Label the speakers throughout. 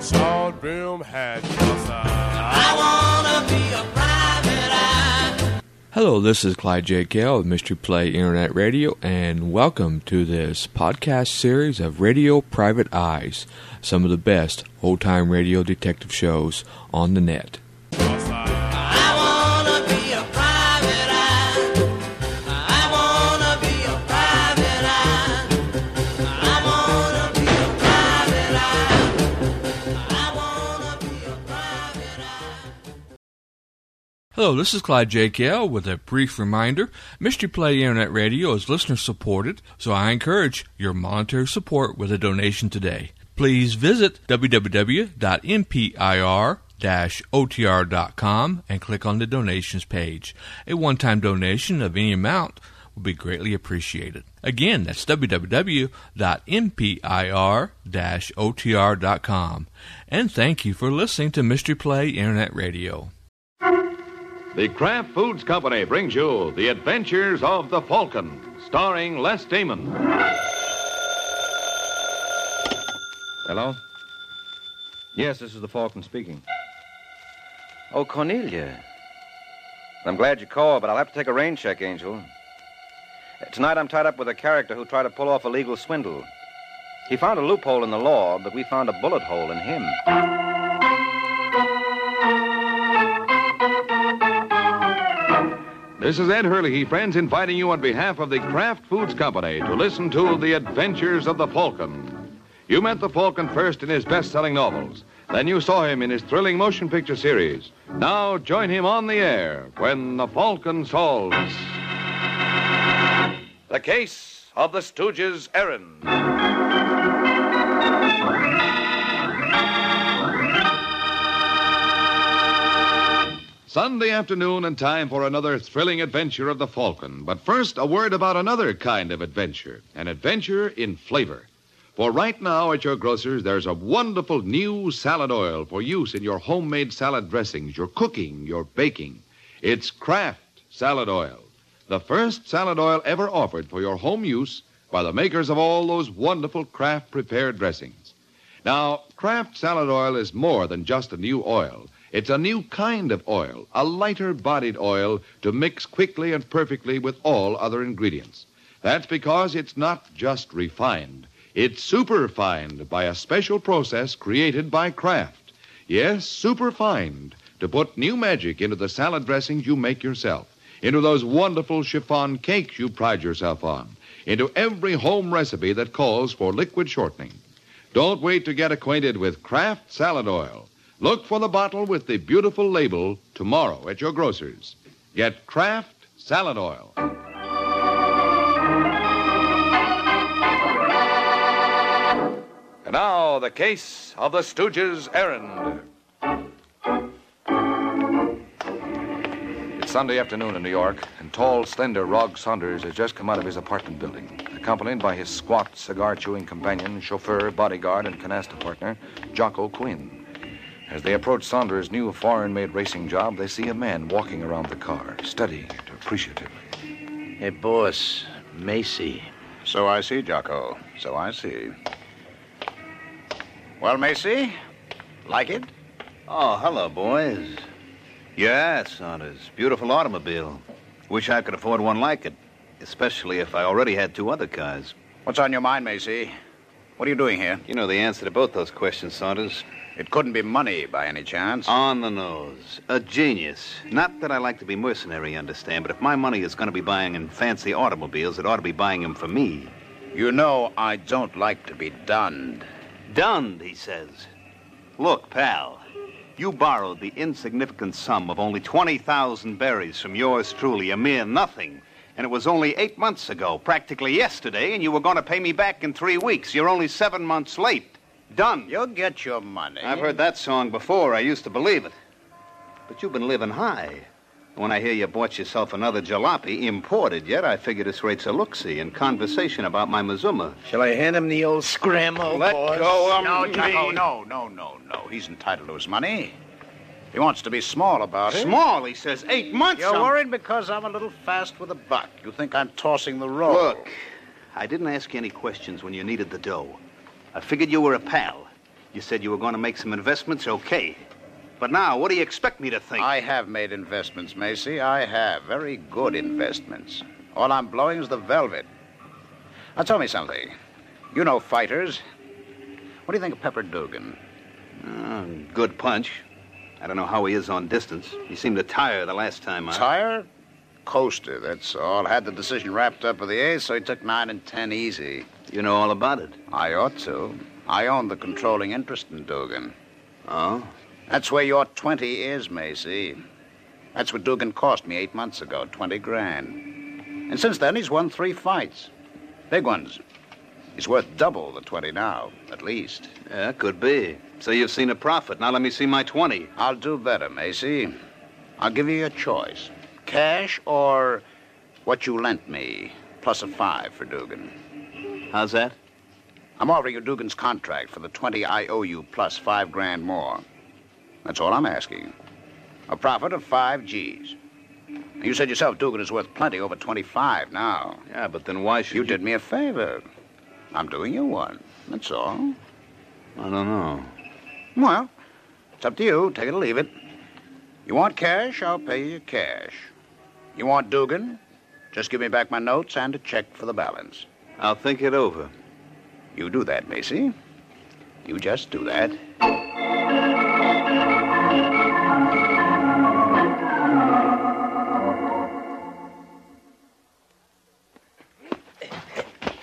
Speaker 1: short brim hat. Yes, I-
Speaker 2: Hello, this is Clyde J. Gale of Mystery Play Internet Radio, and welcome to this podcast series of Radio Private Eyes, some of the best old time radio detective shows on the net.
Speaker 1: yes, I-
Speaker 2: Hello, this is Clyde J. Gale with a brief reminder Mystery Play Internet Radio is listener supported, so I encourage your monetary support with a donation today. Please visit www.mpir otr.com and click on the donations page. A one time donation of any amount will be greatly appreciated. Again, that's www.mpir-otr.com. And thank you for listening to Mystery Play Internet Radio.
Speaker 3: The Kraft Foods Company brings you The Adventures of the Falcon, starring Les Damon.
Speaker 4: Hello? Yes, this is the Falcon speaking. Oh, Cornelia. I'm glad you called, but I'll have to take a rain check, Angel. Uh, Tonight I'm tied up with a character who tried to pull off a legal swindle. He found a loophole in the law, but we found a bullet hole in him.
Speaker 3: This is Ed Hurley, friends, inviting you on behalf of the Kraft Foods Company to listen to The Adventures of the Falcon. You met the Falcon first in his best selling novels. Then you saw him in his thrilling motion picture series. Now join him on the air when The Falcon solves. The Case of the Stooges' Errand. Sunday afternoon and time for another thrilling adventure of the Falcon. But first, a word about another kind of adventure an adventure in flavor. For right now at your grocer's, there's a wonderful new salad oil for use in your homemade salad dressings, your cooking, your baking. It's Kraft Salad Oil, the first salad oil ever offered for your home use by the makers of all those wonderful Kraft prepared dressings. Now, Kraft Salad Oil is more than just a new oil. It's a new kind of oil, a lighter bodied oil to mix quickly and perfectly with all other ingredients. That's because it's not just refined, it's superfined by a special process created by Kraft. Yes, superfined to put new magic into the salad dressings you make yourself, into those wonderful chiffon cakes you pride yourself on, into every home recipe that calls for liquid shortening. Don't wait to get acquainted with Kraft Salad Oil. Look for the bottle with the beautiful label tomorrow at your grocer's. Get Kraft Salad Oil. And now, the case of the Stooges' errand. It's Sunday afternoon in New York, and tall, slender Rog Saunders has just come out of his apartment building, accompanied by his squat, cigar chewing companion, chauffeur, bodyguard, and canasta partner, Jocko Quinn. As they approach Saunders' new foreign made racing job, they see a man walking around the car, studying it appreciatively.
Speaker 5: Hey, boss, Macy.
Speaker 6: So I see, Jocko. So I see. Well, Macy, like it?
Speaker 5: Oh, hello, boys. Yeah, Saunders. Beautiful automobile. Wish I could afford one like it, especially if I already had two other cars.
Speaker 6: What's on your mind, Macy? What are you doing here?
Speaker 5: You know the answer to both those questions, Saunders.
Speaker 6: It couldn't be money by any chance.
Speaker 5: On the nose. A genius. Not that I like to be mercenary, understand, but if my money is going to be buying in fancy automobiles, it ought to be buying them for me.
Speaker 6: you know I don't like to be dunned.
Speaker 5: Dunned, he says. Look, pal, you borrowed the insignificant sum of only 20,000 berries from yours truly, a mere nothing. And it was only eight months ago, practically yesterday, and you were going to pay me back in three weeks. You're only seven months late. Done.
Speaker 6: You'll get your money.
Speaker 5: I've heard that song before. I used to believe it. But you've been living high. When I hear you bought yourself another jalopy, imported yet, I figure this rate's a look-see and conversation about my Mazuma.
Speaker 7: Shall I hand him the old scramble?
Speaker 6: Let
Speaker 7: boss?
Speaker 6: go of no, Jocko, no, no, no, no. He's entitled to his money. He wants to be small about it.
Speaker 5: Small, he says. Eight months.
Speaker 6: You're
Speaker 5: I'm-
Speaker 6: worried because I'm a little fast with a buck. You think I'm tossing the rope.
Speaker 5: Look, I didn't ask you any questions when you needed the dough. I figured you were a pal. You said you were going to make some investments, okay. But now, what do you expect me to think?
Speaker 6: I have made investments, Macy. I have. Very good investments. All I'm blowing is the velvet. Now, tell me something. You know fighters. What do you think of Pepper Dugan?
Speaker 5: Uh, good punch. I don't know how he is on distance. He seemed to tire the last time I.
Speaker 6: Tire? Coaster, that's all. Had the decision wrapped up with the ace, so he took nine and ten easy.
Speaker 5: You know all about it.
Speaker 6: I ought to. I own the controlling interest in Dugan.
Speaker 5: Oh?
Speaker 6: That's where your 20 is, Macy. That's what Dugan cost me eight months ago, 20 grand. And since then, he's won three fights. Big ones. He's worth double the 20 now, at least.
Speaker 5: Yeah, could be. So you've seen a profit. Now let me see my 20.
Speaker 6: I'll do better, Macy. I'll give you a choice cash or what you lent me, plus a five for Dugan.
Speaker 5: How's that?
Speaker 6: I'm offering you Dugan's contract for the 20 I owe you plus five grand more. That's all I'm asking. A profit of five G's. You said yourself Dugan is worth plenty over 25 now.
Speaker 5: Yeah, but then why should
Speaker 6: You did me a favor. I'm doing you one. That's all.
Speaker 5: I don't know.
Speaker 6: Well, it's up to you. Take it or leave it. You want cash? I'll pay you cash. You want Dugan? Just give me back my notes and a check for the balance.
Speaker 5: I'll think it over.
Speaker 6: You do that, Macy. You just do that.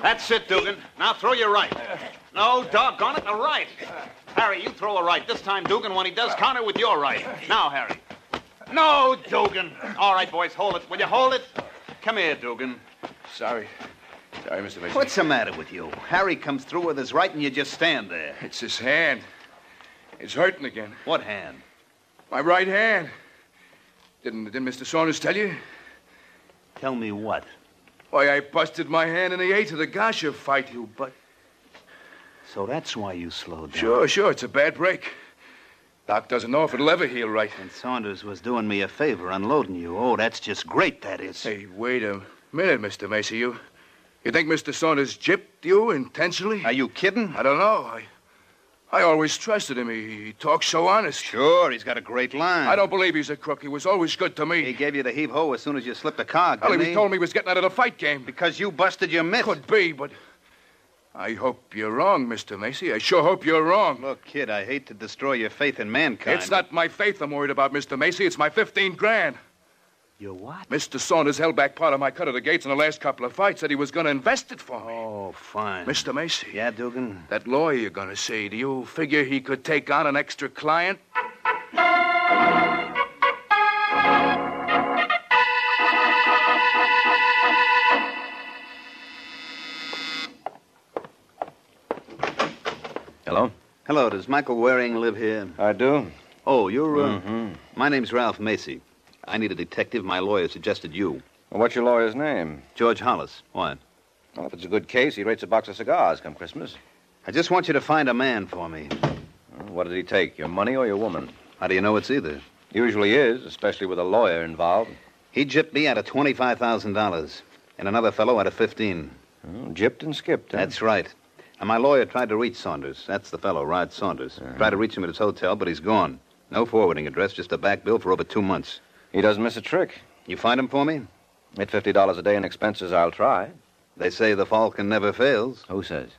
Speaker 5: That's it, Dugan. Now throw your right. No, doggone it, a right. Harry, you throw a right. This time, Dugan, when he does, counter with your right. Now, Harry. No, Dugan. All right, boys, hold it. Will you hold it? Come here, Dugan.
Speaker 8: Sorry. Sorry, Mr. Mason.
Speaker 5: What's the matter with you? Harry comes through with his right and you just stand there.
Speaker 8: It's his hand. It's hurting again.
Speaker 5: What hand?
Speaker 8: My right hand. Didn't, didn't Mr. Saunders tell you?
Speaker 5: Tell me what?
Speaker 8: Why, I busted my hand in the eighth of the Gasha fight, you but.
Speaker 5: So that's why you slowed down.
Speaker 8: Sure, sure, it's a bad break. Doc doesn't know if it'll ever heal right.
Speaker 5: And Saunders was doing me a favor unloading you. Oh, that's just great, that is.
Speaker 8: Hey, wait a minute, Mr. Macy. You, you think Mr. Saunders gypped you intentionally?
Speaker 5: Are you kidding?
Speaker 8: I don't know. I, I always trusted him. He, he talks so honest.
Speaker 5: Sure, he's got a great line.
Speaker 8: I don't believe he's a crook. He was always good to me.
Speaker 5: He gave you the heave ho as soon as you slipped the cog,
Speaker 8: Well,
Speaker 5: didn't
Speaker 8: he told me he was getting out of the fight game.
Speaker 5: Because you busted your mitt.
Speaker 8: Could be, but I hope you're wrong, Mr. Macy. I sure hope you're wrong.
Speaker 5: Look, kid, I hate to destroy your faith in mankind.
Speaker 8: it's not my faith I'm worried about, Mr. Macy. It's my 15 grand.
Speaker 5: Your what?
Speaker 8: Mr. Saunders held back part of my cut of the gates in the last couple of fights, said he was going to invest it for me.
Speaker 5: Oh, fine.
Speaker 8: Mr. Macy,
Speaker 5: Yeah, Dugan?
Speaker 8: that lawyer you're going to see, do you figure he could take on an extra client?
Speaker 4: Hello?
Speaker 5: Hello, does Michael Waring live here?
Speaker 4: I do. Mm-hmm.
Speaker 5: Oh, you're. Uh... My name's Ralph Macy. I need a detective. My lawyer suggested you.
Speaker 4: Well, what's your lawyer's name?
Speaker 5: George Hollis. What?
Speaker 4: Well, if it's a good case, he rates a box of cigars come Christmas.
Speaker 5: I just want you to find a man for me.
Speaker 4: Well, What did he take, your money or your woman?
Speaker 5: How do you know it's either?
Speaker 4: Usually is, especially with a lawyer involved.
Speaker 5: He gypped me out of $25,000 and another fellow out of 15.
Speaker 4: Hmm, gypped and skipped, huh?
Speaker 5: That's right. And my lawyer tried to reach Saunders. That's the fellow, Rod Saunders.
Speaker 4: Uh-huh.
Speaker 5: Tried to reach him at his hotel, but he's gone. No forwarding address, just a back bill for over two months.
Speaker 4: He doesn't miss a trick.
Speaker 5: You find him for me?
Speaker 4: At $50 a day in expenses, I'll try.
Speaker 5: They say the Falcon never fails.
Speaker 4: Who says?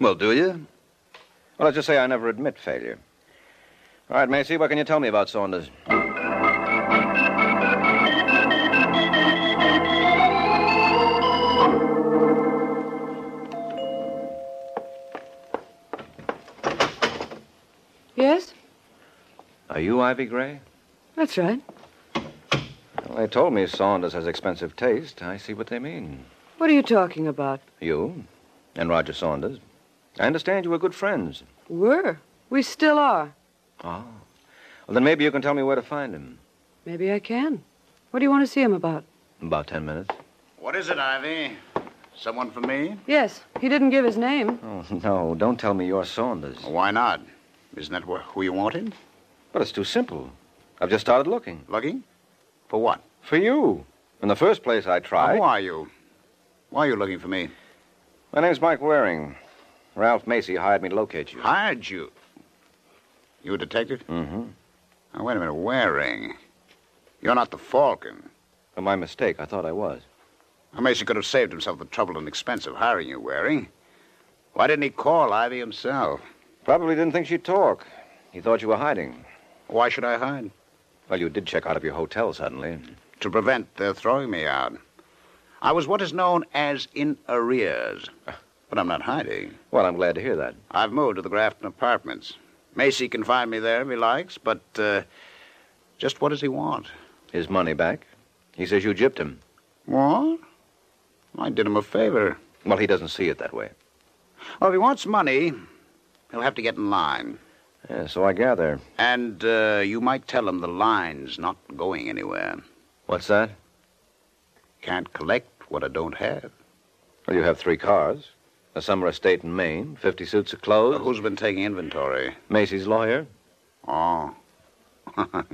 Speaker 5: Well, do you?
Speaker 4: Well, let's just say I never admit failure. All right, Macy, what can you tell me about Saunders?
Speaker 9: Yes?
Speaker 4: Are you Ivy Gray?
Speaker 9: That's right.
Speaker 4: Well, they told me Saunders has expensive taste. I see what they mean.
Speaker 9: What are you talking about?
Speaker 4: You and Roger Saunders. I understand you were good friends.
Speaker 9: Were. We still are.
Speaker 4: Oh. Well, then maybe you can tell me where to find him.
Speaker 9: Maybe I can. What do you want to see him about?
Speaker 4: About ten minutes.
Speaker 6: What is it, Ivy? Someone for me?
Speaker 9: Yes, he didn't give his name.
Speaker 4: Oh, no, don't tell me you're Saunders.
Speaker 6: Why not? Isn't that wh- who you wanted?
Speaker 4: But it's too simple. I've just started looking.
Speaker 6: Looking? For what?
Speaker 4: For you. In the first place, I tried.
Speaker 6: Who are you? Why are you looking for me?
Speaker 4: My name's Mike Waring. Ralph Macy hired me to locate you.
Speaker 6: Hired you. You a detective?
Speaker 4: Mm-hmm.
Speaker 6: Now, wait a minute. Waring. You're not the Falcon.
Speaker 4: Well, my mistake. I thought I was.
Speaker 6: Now, Macy could have saved himself the trouble and expense of hiring you, Waring. Why didn't he call Ivy himself?
Speaker 4: Probably didn't think she'd talk. He thought you were hiding.
Speaker 6: Why should I hide?
Speaker 4: Well, you did check out of your hotel suddenly.
Speaker 6: To prevent their throwing me out. I was what is known as in arrears. But I'm not hiding.
Speaker 4: Well, I'm glad to hear that.
Speaker 6: I've moved to the Grafton Apartments. Macy can find me there if he likes, but uh, just what does he want?
Speaker 4: His money back. He says you gypped him.
Speaker 6: What? I did him a favor.
Speaker 4: Well, he doesn't see it that way.
Speaker 6: Well, if he wants money, he'll have to get in line.
Speaker 4: Yeah, so I gather.
Speaker 6: And uh, you might tell him the line's not going anywhere.
Speaker 4: What's that?
Speaker 6: Can't collect what I don't have.
Speaker 4: Well, you have three cars, a summer estate in Maine, 50 suits of clothes.
Speaker 6: Well, who's been taking inventory?
Speaker 4: Macy's lawyer.
Speaker 6: Oh.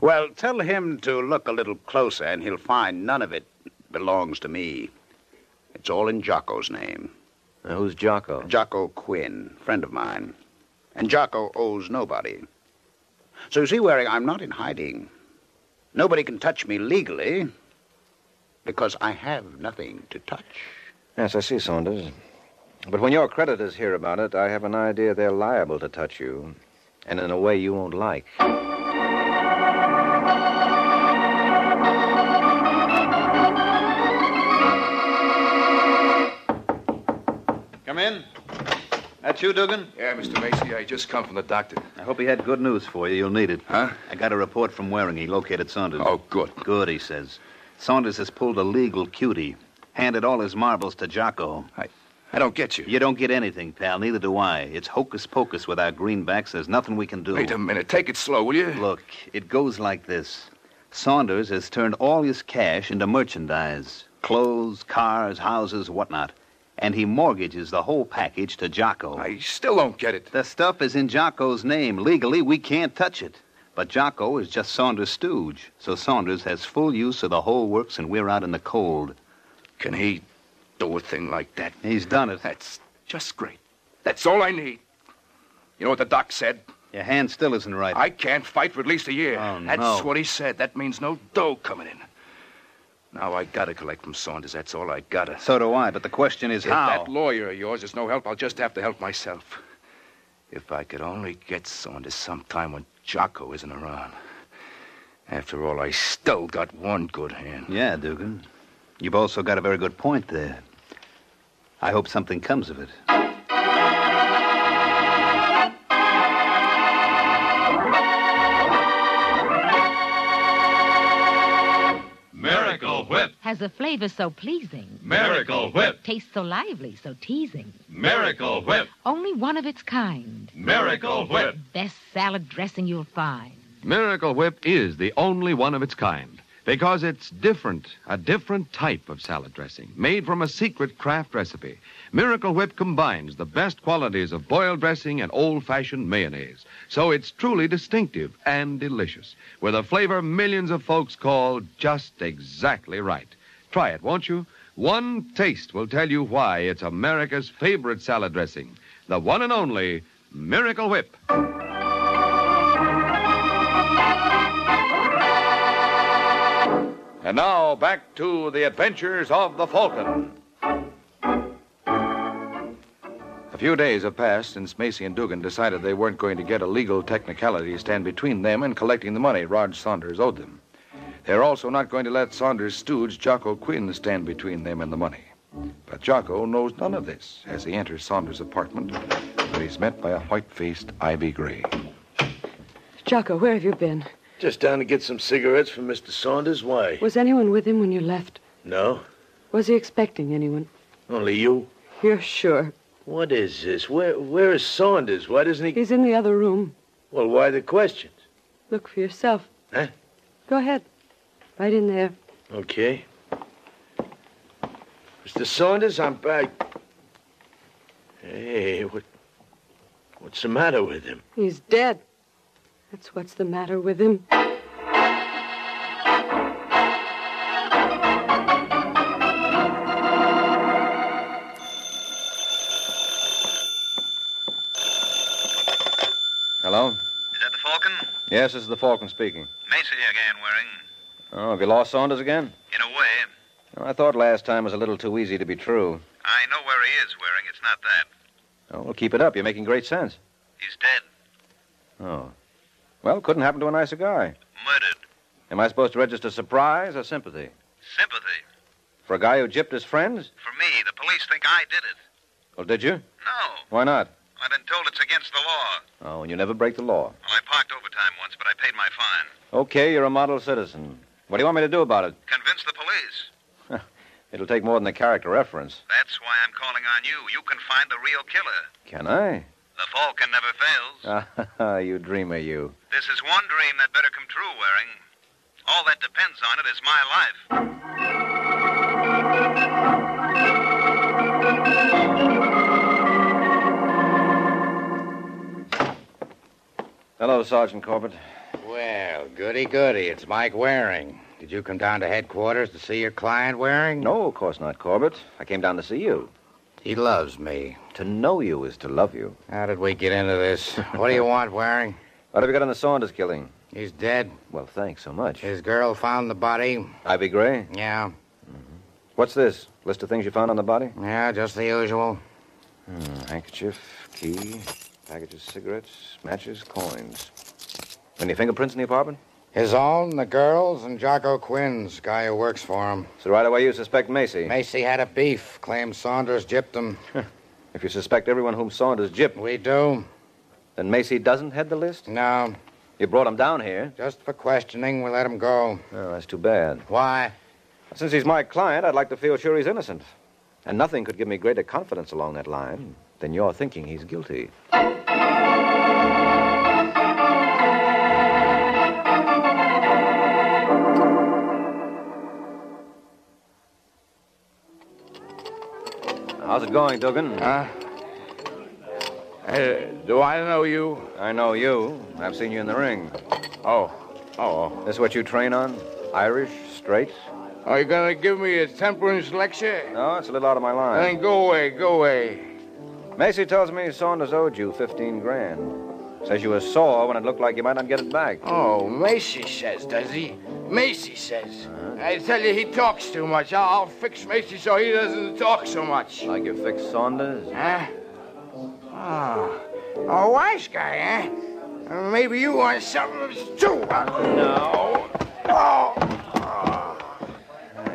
Speaker 6: well, tell him to look a little closer, and he'll find none of it belongs to me. It's all in Jocko's name.
Speaker 4: Now, who's Jocko?
Speaker 6: Jocko Quinn, friend of mine. And Jocko owes nobody. So you see, Waring, I'm not in hiding. Nobody can touch me legally because I have nothing to touch.
Speaker 4: Yes, I see, Saunders. But when your creditors hear about it, I have an idea they're liable to touch you, and in a way you won't like.
Speaker 5: Come in. That you, Dugan?
Speaker 8: Yeah, Mr. Macy, I just come from the doctor.
Speaker 5: I hope he had good news for you. You'll need it.
Speaker 8: Huh?
Speaker 5: I got a report from Waring. He located Saunders.
Speaker 8: Oh, good.
Speaker 5: Good, he says. Saunders has pulled a legal cutie, handed all his marbles to Jocko.
Speaker 8: I don't get you.
Speaker 5: You don't get anything, pal. Neither do I. It's hocus pocus with our greenbacks. There's nothing we can do.
Speaker 8: Wait a minute. Take it slow, will you?
Speaker 5: Look, it goes like this Saunders has turned all his cash into merchandise clothes, cars, houses, whatnot. And he mortgages the whole package to Jocko.
Speaker 8: I still don't get it.
Speaker 5: The stuff is in Jocko's name. Legally, we can't touch it. But Jocko is just Saunders' stooge, so Saunders has full use of the whole works, and we're out in the cold.
Speaker 8: Can he do a thing like that?
Speaker 5: He's done it.
Speaker 8: That's just great. That's all I need. You know what the doc said?
Speaker 5: Your hand still isn't right.
Speaker 8: I can't fight for at least a year.
Speaker 5: Oh, no.
Speaker 8: That's what he said. That means no dough coming in. Now I gotta collect from Saunders. That's all I gotta.
Speaker 5: So do I, but the question is
Speaker 8: if
Speaker 5: how.
Speaker 8: that lawyer of yours is no help, I'll just have to help myself. If I could only get Saunders sometime when Jocko isn't around. After all, I still got one good hand.
Speaker 5: Yeah, Dugan. You've also got a very good point there. I hope something comes of it.
Speaker 1: Miracle Whip,
Speaker 10: Has a flavor so pleasing,
Speaker 1: Miracle Whip,
Speaker 10: tastes so lively, so teasing.
Speaker 1: Miracle Whip,
Speaker 10: Only one of its kind.
Speaker 1: Miracle Whip.
Speaker 10: Best salad dressing you'll find.
Speaker 11: Miracle Whip is the only one of its kind because it's different, a different type of salad dressing made from a secret craft recipe. Miracle Whip combines the best qualities of boiled dressing and old fashioned mayonnaise, so it's truly distinctive and delicious with a flavor millions of folks call just exactly right. Try it, won't you? One taste will tell you why it's America's favorite salad dressing, the one and only Miracle Whip.
Speaker 3: And now back to the adventures of the Falcon.
Speaker 4: A few days have passed since Macy and Dugan decided they weren't going to get a legal technicality to stand between them and collecting the money Rod Saunders owed them. They're also not going to let Saunders' stooge, Jocko Quinn, stand between them and the money. But Jocko knows none of this as he enters Saunders' apartment, where he's met by a white faced Ivy Gray.
Speaker 9: Jocko, where have you been?
Speaker 12: Just down to get some cigarettes for Mr. Saunders. Why?
Speaker 9: Was anyone with him when you left?
Speaker 12: No,
Speaker 9: Was he expecting anyone?
Speaker 12: only you.
Speaker 9: You're sure.
Speaker 12: What is this? Where Where is Saunders? Why doesn't he?
Speaker 9: He's in the other room.
Speaker 12: Well, why the questions?
Speaker 9: Look for yourself.
Speaker 12: Huh?
Speaker 9: Go ahead. Right in there.
Speaker 12: Okay. Mr. Saunders, I'm back. Hey, what? What's the matter with him?
Speaker 9: He's dead. That's what's the matter with him.
Speaker 4: Hello?
Speaker 13: Is that the Falcon?
Speaker 4: Yes, this is the Falcon speaking.
Speaker 13: Macy again, Waring.
Speaker 4: Oh, have you lost Saunders again?
Speaker 13: In a way.
Speaker 4: Oh, I thought last time was a little too easy to be true.
Speaker 13: I know where he is, Waring. It's not that.
Speaker 4: Oh, well, keep it up. You're making great sense.
Speaker 13: He's dead.
Speaker 4: Oh. Well, couldn't happen to a nicer guy.
Speaker 13: Murdered.
Speaker 4: Am I supposed to register surprise or sympathy?
Speaker 13: Sympathy.
Speaker 4: For a guy who gypped his friends?
Speaker 13: For me, the police think I did it.
Speaker 4: Well, did you?
Speaker 13: No.
Speaker 4: Why not?
Speaker 13: I've been told it's against the law.
Speaker 4: Oh, and you never break the law.
Speaker 13: Well, I parked overtime once, but I paid my fine.
Speaker 4: Okay, you're a model citizen. What do you want me to do about it?
Speaker 13: Convince the police.
Speaker 4: It'll take more than a character reference.
Speaker 13: That's why I'm calling on you. You can find the real killer.
Speaker 4: Can I?
Speaker 13: The Falcon never fails.
Speaker 4: Ah, you dreamer, you.
Speaker 13: This is one dream that better come true, Waring. All that depends on it is my life.
Speaker 4: Hello, Sergeant Corbett.
Speaker 14: Well, goody goody. It's Mike Waring. Did you come down to headquarters to see your client, Waring?
Speaker 4: No, of course not, Corbett. I came down to see you.
Speaker 14: He loves me.
Speaker 4: To know you is to love you.
Speaker 14: How did we get into this? What do you want, Waring?
Speaker 4: What have you got on the Saunders killing?
Speaker 14: He's dead.
Speaker 4: Well, thanks so much.
Speaker 14: His girl found the body.
Speaker 4: Ivy Gray? Mm-hmm.
Speaker 14: Yeah.
Speaker 4: What's this? List of things you found on the body?
Speaker 14: Yeah, just the usual.
Speaker 4: Hmm, handkerchief, key, package of cigarettes, matches, coins. Any fingerprints in the apartment?
Speaker 14: His own, the girls, and Jocko Quinn's, guy who works for him.
Speaker 4: So right away you suspect Macy.
Speaker 14: Macy had a beef, claimed Saunders gypped him.
Speaker 4: if you suspect everyone whom Saunders gypped.
Speaker 14: We do.
Speaker 4: Then Macy doesn't head the list?
Speaker 14: No.
Speaker 4: You brought him down here.
Speaker 14: Just for questioning, we let him go.
Speaker 4: Oh, that's too bad.
Speaker 14: Why?
Speaker 4: Since he's my client, I'd like to feel sure he's innocent. And nothing could give me greater confidence along that line than your thinking he's guilty. How's it going, Dugan?
Speaker 8: Huh? Uh, do I know you?
Speaker 4: I know you. I've seen you in the ring.
Speaker 8: Oh. Oh.
Speaker 4: This what you train on? Irish? Straight?
Speaker 8: Are you going to give me a temperance lecture?
Speaker 4: No, it's a little out of my line.
Speaker 8: Then go away, go away.
Speaker 4: Macy tells me Saunders owed you 15 grand. Says you were sore when it looked like you might not get it back.
Speaker 8: Oh, Macy says, does he? Macy says. I tell you, he talks too much. I'll, I'll fix Macy so he doesn't talk so much.
Speaker 4: Like you fixed Saunders?
Speaker 8: Huh? Oh, a wise guy, eh? Uh, Maybe you want something too.
Speaker 4: No.
Speaker 8: Oh.
Speaker 4: Yeah, Ah,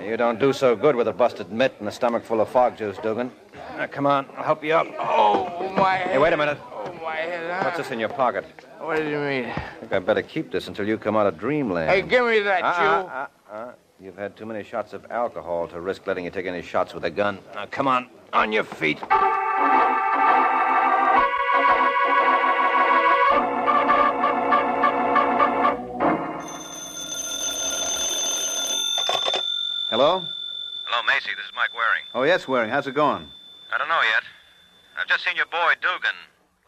Speaker 4: You don't do so good with a busted mitt and a stomach full of fog juice, Dugan. Now, Ah, come on, I'll help you up.
Speaker 8: Oh, my head.
Speaker 4: Hey, wait a minute.
Speaker 8: Oh, my head. huh?
Speaker 4: What's this in your pocket?
Speaker 8: What do you mean?
Speaker 4: I think I better keep this until you come out of dreamland.
Speaker 8: Hey, give me that, you.
Speaker 4: uh, uh, uh. You've had too many shots of alcohol to risk letting you take any shots with a gun. Now, come on, on your feet. Hello?
Speaker 13: Hello, Macy. This is Mike Waring.
Speaker 5: Oh, yes, Waring. How's it going?
Speaker 13: I don't know yet. I've just seen your boy Dugan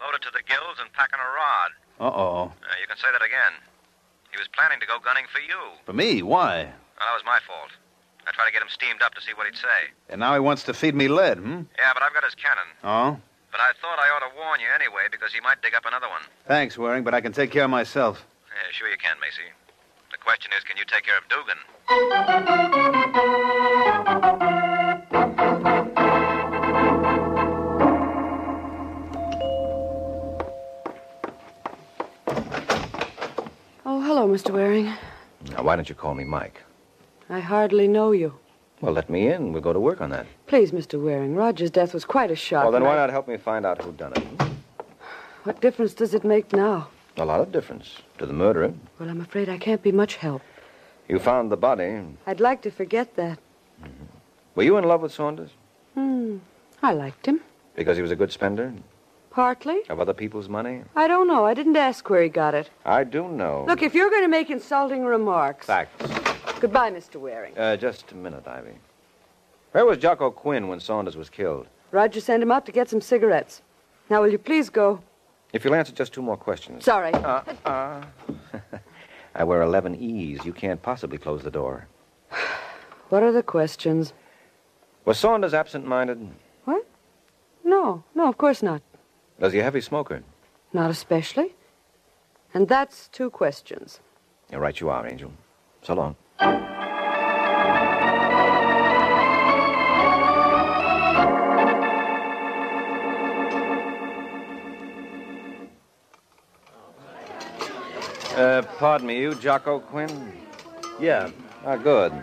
Speaker 13: loaded to the gills and packing a rod.
Speaker 5: Uh-oh.
Speaker 13: Uh, you can say that again. He was planning to go gunning for you.
Speaker 5: For me? Why?
Speaker 13: Well, that was my fault. I tried to get him steamed up to see what he'd say.
Speaker 5: And now he wants to feed me lead, hmm?
Speaker 13: Yeah, but I've got his cannon.
Speaker 5: Oh?
Speaker 13: But I thought I ought to warn you anyway because he might dig up another one.
Speaker 5: Thanks, Waring, but I can take care of myself.
Speaker 13: Yeah, sure you can, Macy. The question is, can you take care of Dugan?
Speaker 9: Oh, hello, Mr. Waring.
Speaker 4: Now, why don't you call me Mike?
Speaker 9: I hardly know you.
Speaker 4: Well, let me in. We'll go to work on that.
Speaker 9: Please, Mr. Waring, Roger's death was quite a shock.
Speaker 4: Well, then
Speaker 9: and
Speaker 4: why
Speaker 9: I-
Speaker 4: not help me find out who done it?
Speaker 9: What difference does it make now?
Speaker 4: A lot of difference to the murderer.
Speaker 9: Well, I'm afraid I can't be much help.
Speaker 4: You found the body.
Speaker 9: I'd like to forget that.
Speaker 4: Were you in love with Saunders?
Speaker 9: Hmm. I liked him.
Speaker 4: Because he was a good spender
Speaker 9: Partly.
Speaker 4: of other people's money?
Speaker 9: I don't know. I didn't ask where he got it.
Speaker 4: I do know.
Speaker 9: Look, if you're going to make insulting remarks.
Speaker 4: Facts.
Speaker 9: Goodbye, Mr. Waring.
Speaker 4: Uh, just a minute, Ivy. Where was Jocko Quinn when Saunders was killed?
Speaker 9: Roger sent him out to get some cigarettes. Now, will you please go?
Speaker 4: If you'll answer just two more questions.
Speaker 9: Sorry.
Speaker 8: Uh,
Speaker 4: I wear 11 E's. You can't possibly close the door.
Speaker 9: What are the questions?
Speaker 4: Was Saunders absent minded?
Speaker 9: No, no, of course not.
Speaker 4: Was he a heavy smoker?
Speaker 9: Not especially. And that's two questions.
Speaker 4: Yeah, right you are, Angel. So long. Uh, pardon me, you Jocko Quinn? Yeah. Ah, good.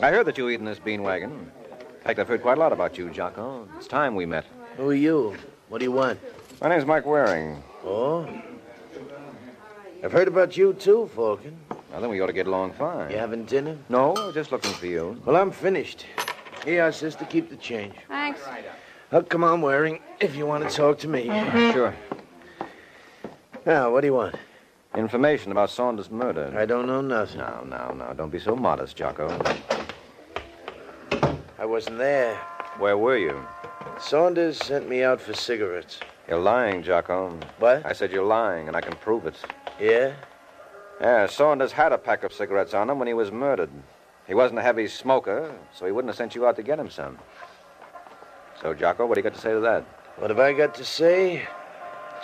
Speaker 4: I heard that you were eating this bean wagon. In fact, I've heard quite a lot about you, Jocko. It's time we met.
Speaker 12: Who are you? What do you want?
Speaker 4: My name's Mike Waring.
Speaker 12: Oh? I've heard about you too, Falcon.
Speaker 4: Well, then we ought to get along fine.
Speaker 12: You having dinner?
Speaker 4: No, I was just looking for you.
Speaker 12: Well, I'm finished. Here, sister, keep the change.
Speaker 9: Thanks.
Speaker 12: Oh, come on, Waring, if you want to talk to me.
Speaker 4: Uh, Sure.
Speaker 12: Now, what do you want?
Speaker 4: Information about Saunders' murder.
Speaker 12: I don't know nothing.
Speaker 4: Now, now, now, don't be so modest, Jocko.
Speaker 12: I wasn't there.
Speaker 4: Where were you?
Speaker 12: Saunders sent me out for cigarettes.
Speaker 4: You're lying, Jocko.
Speaker 12: What?
Speaker 4: I said you're lying, and I can prove it.
Speaker 12: Yeah?
Speaker 4: Yeah, Saunders had a pack of cigarettes on him when he was murdered. He wasn't a heavy smoker, so he wouldn't have sent you out to get him some. So, Jocko, what do you got to say to that?
Speaker 12: What have I got to say?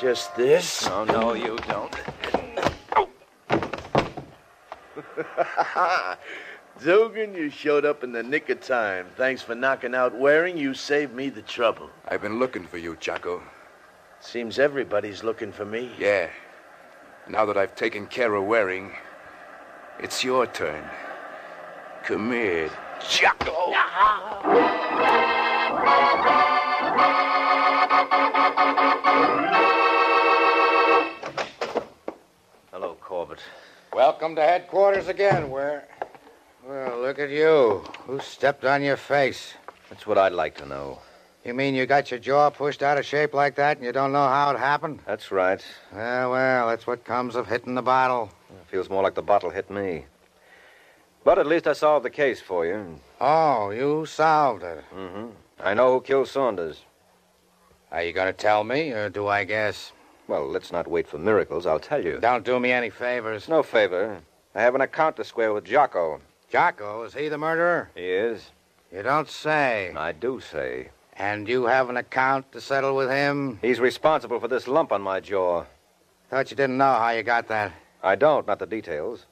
Speaker 12: Just this?
Speaker 4: No, no, you don't.
Speaker 12: Dugan, you showed up in the nick of time. Thanks for knocking out Waring. You saved me the trouble.
Speaker 8: I've been looking for you, Jocko.
Speaker 12: Seems everybody's looking for me.
Speaker 8: Yeah. Now that I've taken care of Waring, it's your turn. Come here, Jocko.
Speaker 4: Hello, Corbett.
Speaker 14: Welcome to headquarters again, Ware. Well, look at you. Who stepped on your face?
Speaker 4: That's what I'd like to know.
Speaker 14: You mean you got your jaw pushed out of shape like that and you don't know how it happened?
Speaker 4: That's right.
Speaker 14: Well, well, that's what comes of hitting the bottle.
Speaker 4: It feels more like the bottle hit me. But at least I solved the case for you.
Speaker 14: Oh, you solved it.
Speaker 4: Mm-hmm. I know who killed Saunders.
Speaker 14: Are you going to tell me, or do I guess?
Speaker 4: Well, let's not wait for miracles. I'll tell you.
Speaker 14: Don't do me any favors.
Speaker 4: It's no favor. I have an account to square with Jocko.
Speaker 14: Jocko, is he the murderer?
Speaker 4: He is.
Speaker 14: You don't say.
Speaker 4: I do say.
Speaker 14: And you have an account to settle with him?
Speaker 4: He's responsible for this lump on my jaw.
Speaker 14: Thought you didn't know how Ah, you got that.
Speaker 4: I don't, not the details.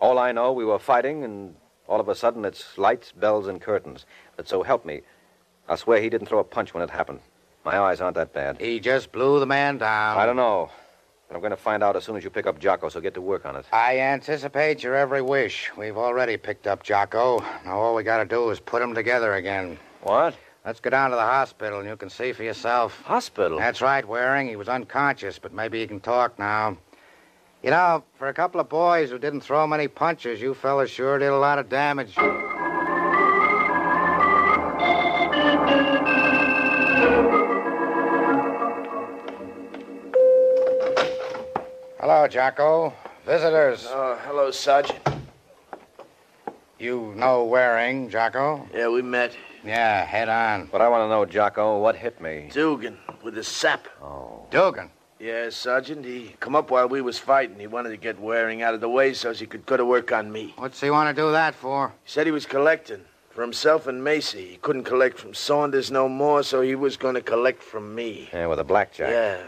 Speaker 4: All I know, we were fighting, and all of a sudden it's lights, bells, and curtains. But so help me, I swear he didn't throw a punch when it happened. My eyes aren't that bad.
Speaker 14: He just blew the man down.
Speaker 4: I don't know. But I'm going to find out as soon as you pick up Jocko, so get to work on it.
Speaker 14: I anticipate your every wish. We've already picked up Jocko. Now all we got to do is put him together again.
Speaker 4: What?
Speaker 14: Let's go down to the hospital and you can see for yourself.
Speaker 4: Hospital?
Speaker 14: That's right, Waring. He was unconscious, but maybe he can talk now. You know, for a couple of boys who didn't throw many punches, you fellas sure did a lot of damage. Hello, Jocko. Visitors.
Speaker 12: Oh, hello, Sergeant.
Speaker 14: You know Waring, Jocko?
Speaker 12: Yeah, we met.
Speaker 14: Yeah, Ah, head on.
Speaker 4: But I want to know, Jocko, what hit me?
Speaker 12: Dugan with a sap.
Speaker 4: Oh.
Speaker 14: Dugan.
Speaker 12: Yeah, Sergeant. He come up while we was fighting. He wanted to get Waring out of the way so he could go to work on me.
Speaker 14: What's he want to do that for?
Speaker 12: He said he was collecting for himself and Macy. He couldn't collect from Saunders no more, so he was going to collect from me.
Speaker 4: Yeah, with a blackjack.
Speaker 12: Yeah.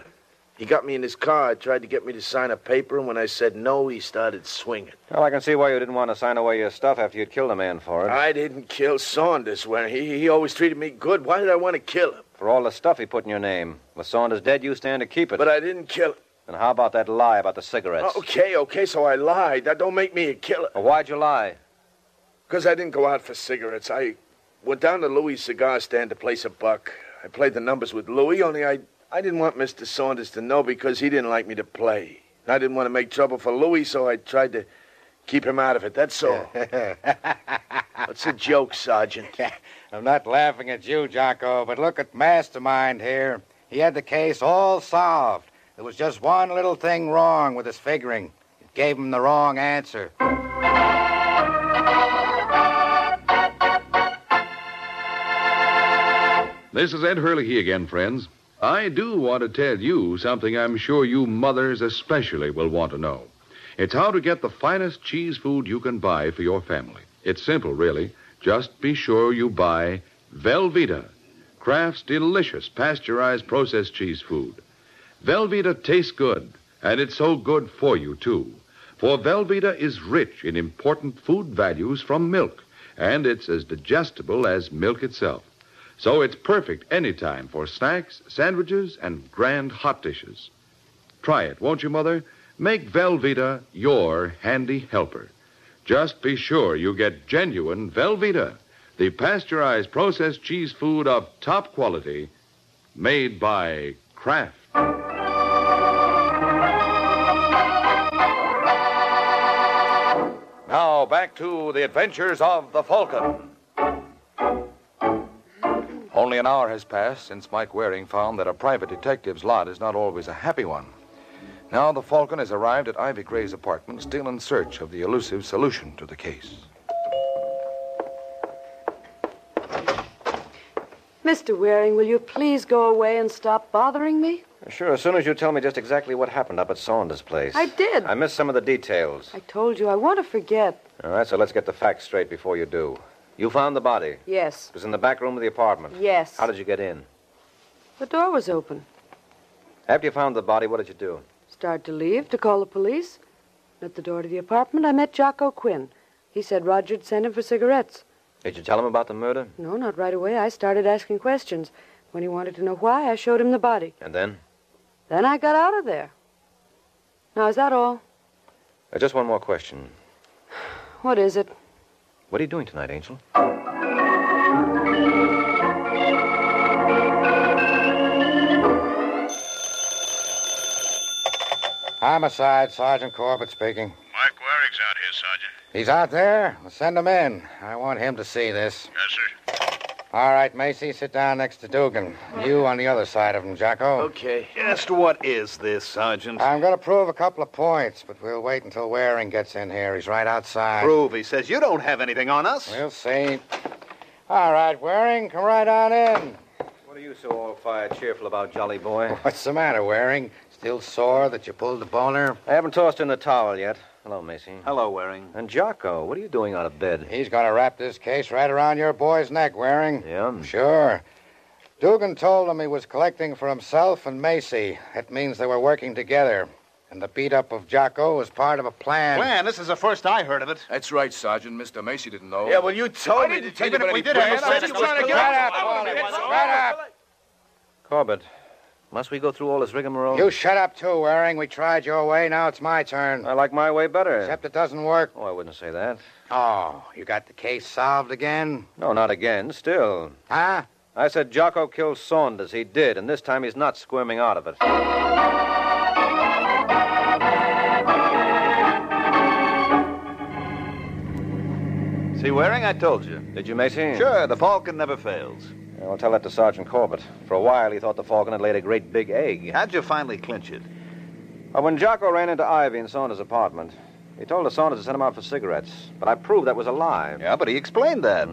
Speaker 12: He got me in his car, tried to get me to sign a paper, and when I said no, he started swinging.
Speaker 4: Well, I can see why you didn't want to sign away your stuff after you'd killed a man for it.
Speaker 12: I didn't kill Saunders. When he, he always treated me good. Why did I want to kill him?
Speaker 4: For all the stuff he put in your name. With Saunders dead, you stand to keep it.
Speaker 12: But I didn't kill him.
Speaker 4: And how about that lie about the cigarettes?
Speaker 12: Okay, okay, so I lied. That don't make me a killer.
Speaker 4: Well, why'd you lie?
Speaker 12: Because I didn't go out for cigarettes. I went down to Louis' cigar stand to place a buck. I played the numbers with Louis, only I, I didn't want Mr. Saunders to know because he didn't like me to play. And I didn't want to make trouble for Louis, so I tried to keep him out of it. That's all. It's a joke, Sergeant.
Speaker 14: I'm not laughing at you, Jocko, but look at Mastermind here. He had the case all solved. There was just one little thing wrong with his figuring. It gave him the wrong answer.
Speaker 3: This is Ed Hurley again, friends. I do want to tell you something I'm sure you mothers especially will want to know. It's how to get the finest cheese food you can buy for your family. It's simple, really. Just be sure you buy Velveeta, Kraft's delicious pasteurized processed cheese food. Velveeta tastes good, And it's so good for you, too. For Velveeta is rich in important food values from milk, and it's as digestible as milk itself. So it's perfect any time for snacks, sandwiches, and grand hot dishes. Try it, won't you, Mother? Make Velveeta your handy helper. Just be sure you get genuine Velveeta, the pasteurized processed cheese food of top quality, made by Kraft.
Speaker 4: Now, back to the adventures of the Falcon. Only an hour has passed since Mike Waring found that a private detective's lot is not always a happy one. Now, the Falcon has arrived at Ivy Gray's apartment, still in search of the elusive solution to the case.
Speaker 9: Mr. Waring, will you please go away and stop bothering me?
Speaker 4: Sure, as soon as you tell me just exactly what happened up at Saunders' place.
Speaker 9: I did.
Speaker 4: I missed some of the details.
Speaker 9: I told you I want to forget.
Speaker 4: All right, so let's get the facts straight before you do. You found the body. It
Speaker 9: Yes.
Speaker 4: was in the back room of the apartment.
Speaker 9: Yes.
Speaker 4: How did you get in?
Speaker 9: The door was open.
Speaker 4: After you found the body, what did you do?
Speaker 9: Started to leave to call the police. At the door to the apartment, I met Jocko Quinn. He said Roger'd sent him for cigarettes.
Speaker 4: Did you tell him about the murder?
Speaker 9: No, not right away. I started asking questions. When he wanted to know why, I showed him the body.
Speaker 4: And then?
Speaker 9: Then I got out of there. Now, is that all?
Speaker 4: Uh, just one more question.
Speaker 9: What is it?
Speaker 4: What are you doing tonight, Angel?
Speaker 14: Homicide, Sergeant Corbett speaking.
Speaker 15: Mike Waring's out here, Sergeant.
Speaker 14: He's out there. Well, send him in. I want him to see this.
Speaker 15: Yes, sir.
Speaker 14: All right, Macy, sit down next to Dugan. You on the other side of him,
Speaker 4: Oh.
Speaker 14: Jocko.
Speaker 5: Okay. Just what is this, Sergeant?
Speaker 14: I'm going to prove a couple of points, but we'll wait until Waring gets in here. He's right outside.
Speaker 5: Prove, he says. You don't have anything on us.
Speaker 14: We'll see. All right, Waring, come right on in.
Speaker 4: What are you so all fired cheerful about, jolly boy?
Speaker 14: What's the matter, Waring? Still sore that you pulled the boner?
Speaker 4: I haven't tossed in the towel yet. Hello, Macy.
Speaker 5: Hello, Waring.
Speaker 4: And Jocko, what are you doing out of bed?
Speaker 14: He's going to wrap this case right around your boy's neck, Waring.
Speaker 4: Yeah?
Speaker 14: Sure. Dugan told him he was collecting for himself and Macy. That means they were working together. And the beat up of Jocko was part of a plan.
Speaker 5: Plan, this is the first I heard of it.
Speaker 8: That's right, Sergeant. Mr. Macy didn't know.
Speaker 12: Yeah, well, you told me to tell you
Speaker 5: even if
Speaker 12: about
Speaker 5: we
Speaker 12: any
Speaker 5: did have
Speaker 12: plans.
Speaker 5: a
Speaker 12: I was
Speaker 5: set,
Speaker 12: just
Speaker 5: it
Speaker 12: trying to
Speaker 5: was
Speaker 12: get
Speaker 5: Right
Speaker 12: out.
Speaker 5: up, Wally,
Speaker 14: right up.
Speaker 4: Corbett, must we go through all this rigmarole?
Speaker 14: You shut up, too, Waring. We tried your way. Now it's my turn.
Speaker 4: I like my way better.
Speaker 14: Except it doesn't work.
Speaker 4: Oh, I wouldn't say that.
Speaker 14: Oh, you got the case solved again?
Speaker 4: No, not again. Still.
Speaker 14: Huh?
Speaker 4: I said Jocko killed Saunders. He did, and this time he's not squirming out of it.
Speaker 5: See, Waring, I told you.
Speaker 4: Did you, Macy?
Speaker 5: Sure, the Falcon never fails.
Speaker 4: Yeah, I'll tell that to Sergeant Corbett. For a while, he thought the Falcon had laid a great big egg.
Speaker 5: How'd you finally clinch it?
Speaker 4: Uh, when Jocko ran into Ivy in Saunders' apartment, he told us Saunders to send him out for cigarettes. But I proved that was a lie. Mm-hmm.
Speaker 5: Yeah, but he explained that.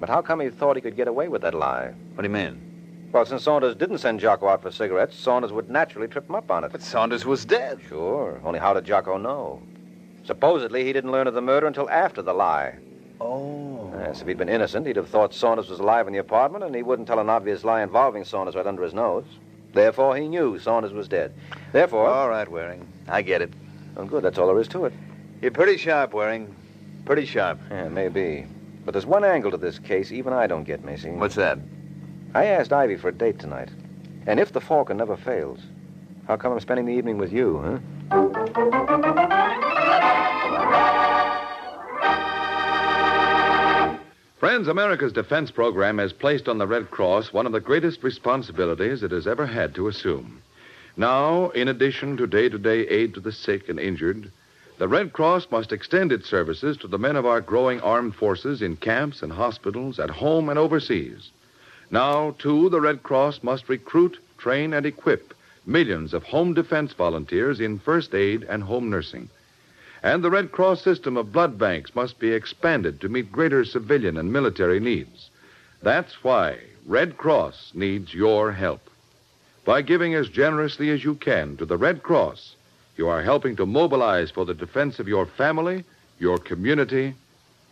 Speaker 4: But how come he thought he could get away with that lie?
Speaker 5: What do you mean?
Speaker 4: Well, since Saunders didn't send Jocko out for cigarettes, Saunders would naturally trip him up on it.
Speaker 5: But Saunders was dead.
Speaker 4: Sure. Only how did Jocko know? Supposedly, he didn't learn of the murder until after the lie.
Speaker 5: Oh.
Speaker 4: Yes, if he'd been innocent, he'd have thought Saunders was alive in the apartment, and he wouldn't tell an obvious lie involving Saunders right under his nose. Therefore, he knew Saunders was dead. Therefore.
Speaker 5: All right, Waring. I get it.
Speaker 4: Well, good. That's all there is to it.
Speaker 5: You're pretty sharp, Waring. Pretty sharp.
Speaker 4: Yeah, maybe. But there's one angle to this case even I don't get, Macy.
Speaker 5: What's that?
Speaker 4: I asked Ivy for a date tonight. And if the Falcon never fails, how come I'm spending the evening with you, huh?
Speaker 3: Friends, America's defense program has placed on the Red Cross one of the greatest responsibilities it has ever had to assume. Now, in addition to day to day aid to the sick and injured, the Red Cross must extend its services to the men of our growing armed forces in camps and hospitals, at home and overseas. Now, too, the Red Cross must recruit, train, and equip millions of home defense volunteers in first aid and home nursing. And the Red Cross system of blood banks must be expanded to meet greater civilian and military needs. That's why Red Cross needs your help. By giving as generously as you can to the Red Cross, you are helping to mobilize for the defense of your family, your community,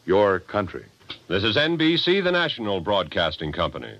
Speaker 3: your country.
Speaker 1: This is NBC, the national broadcasting company.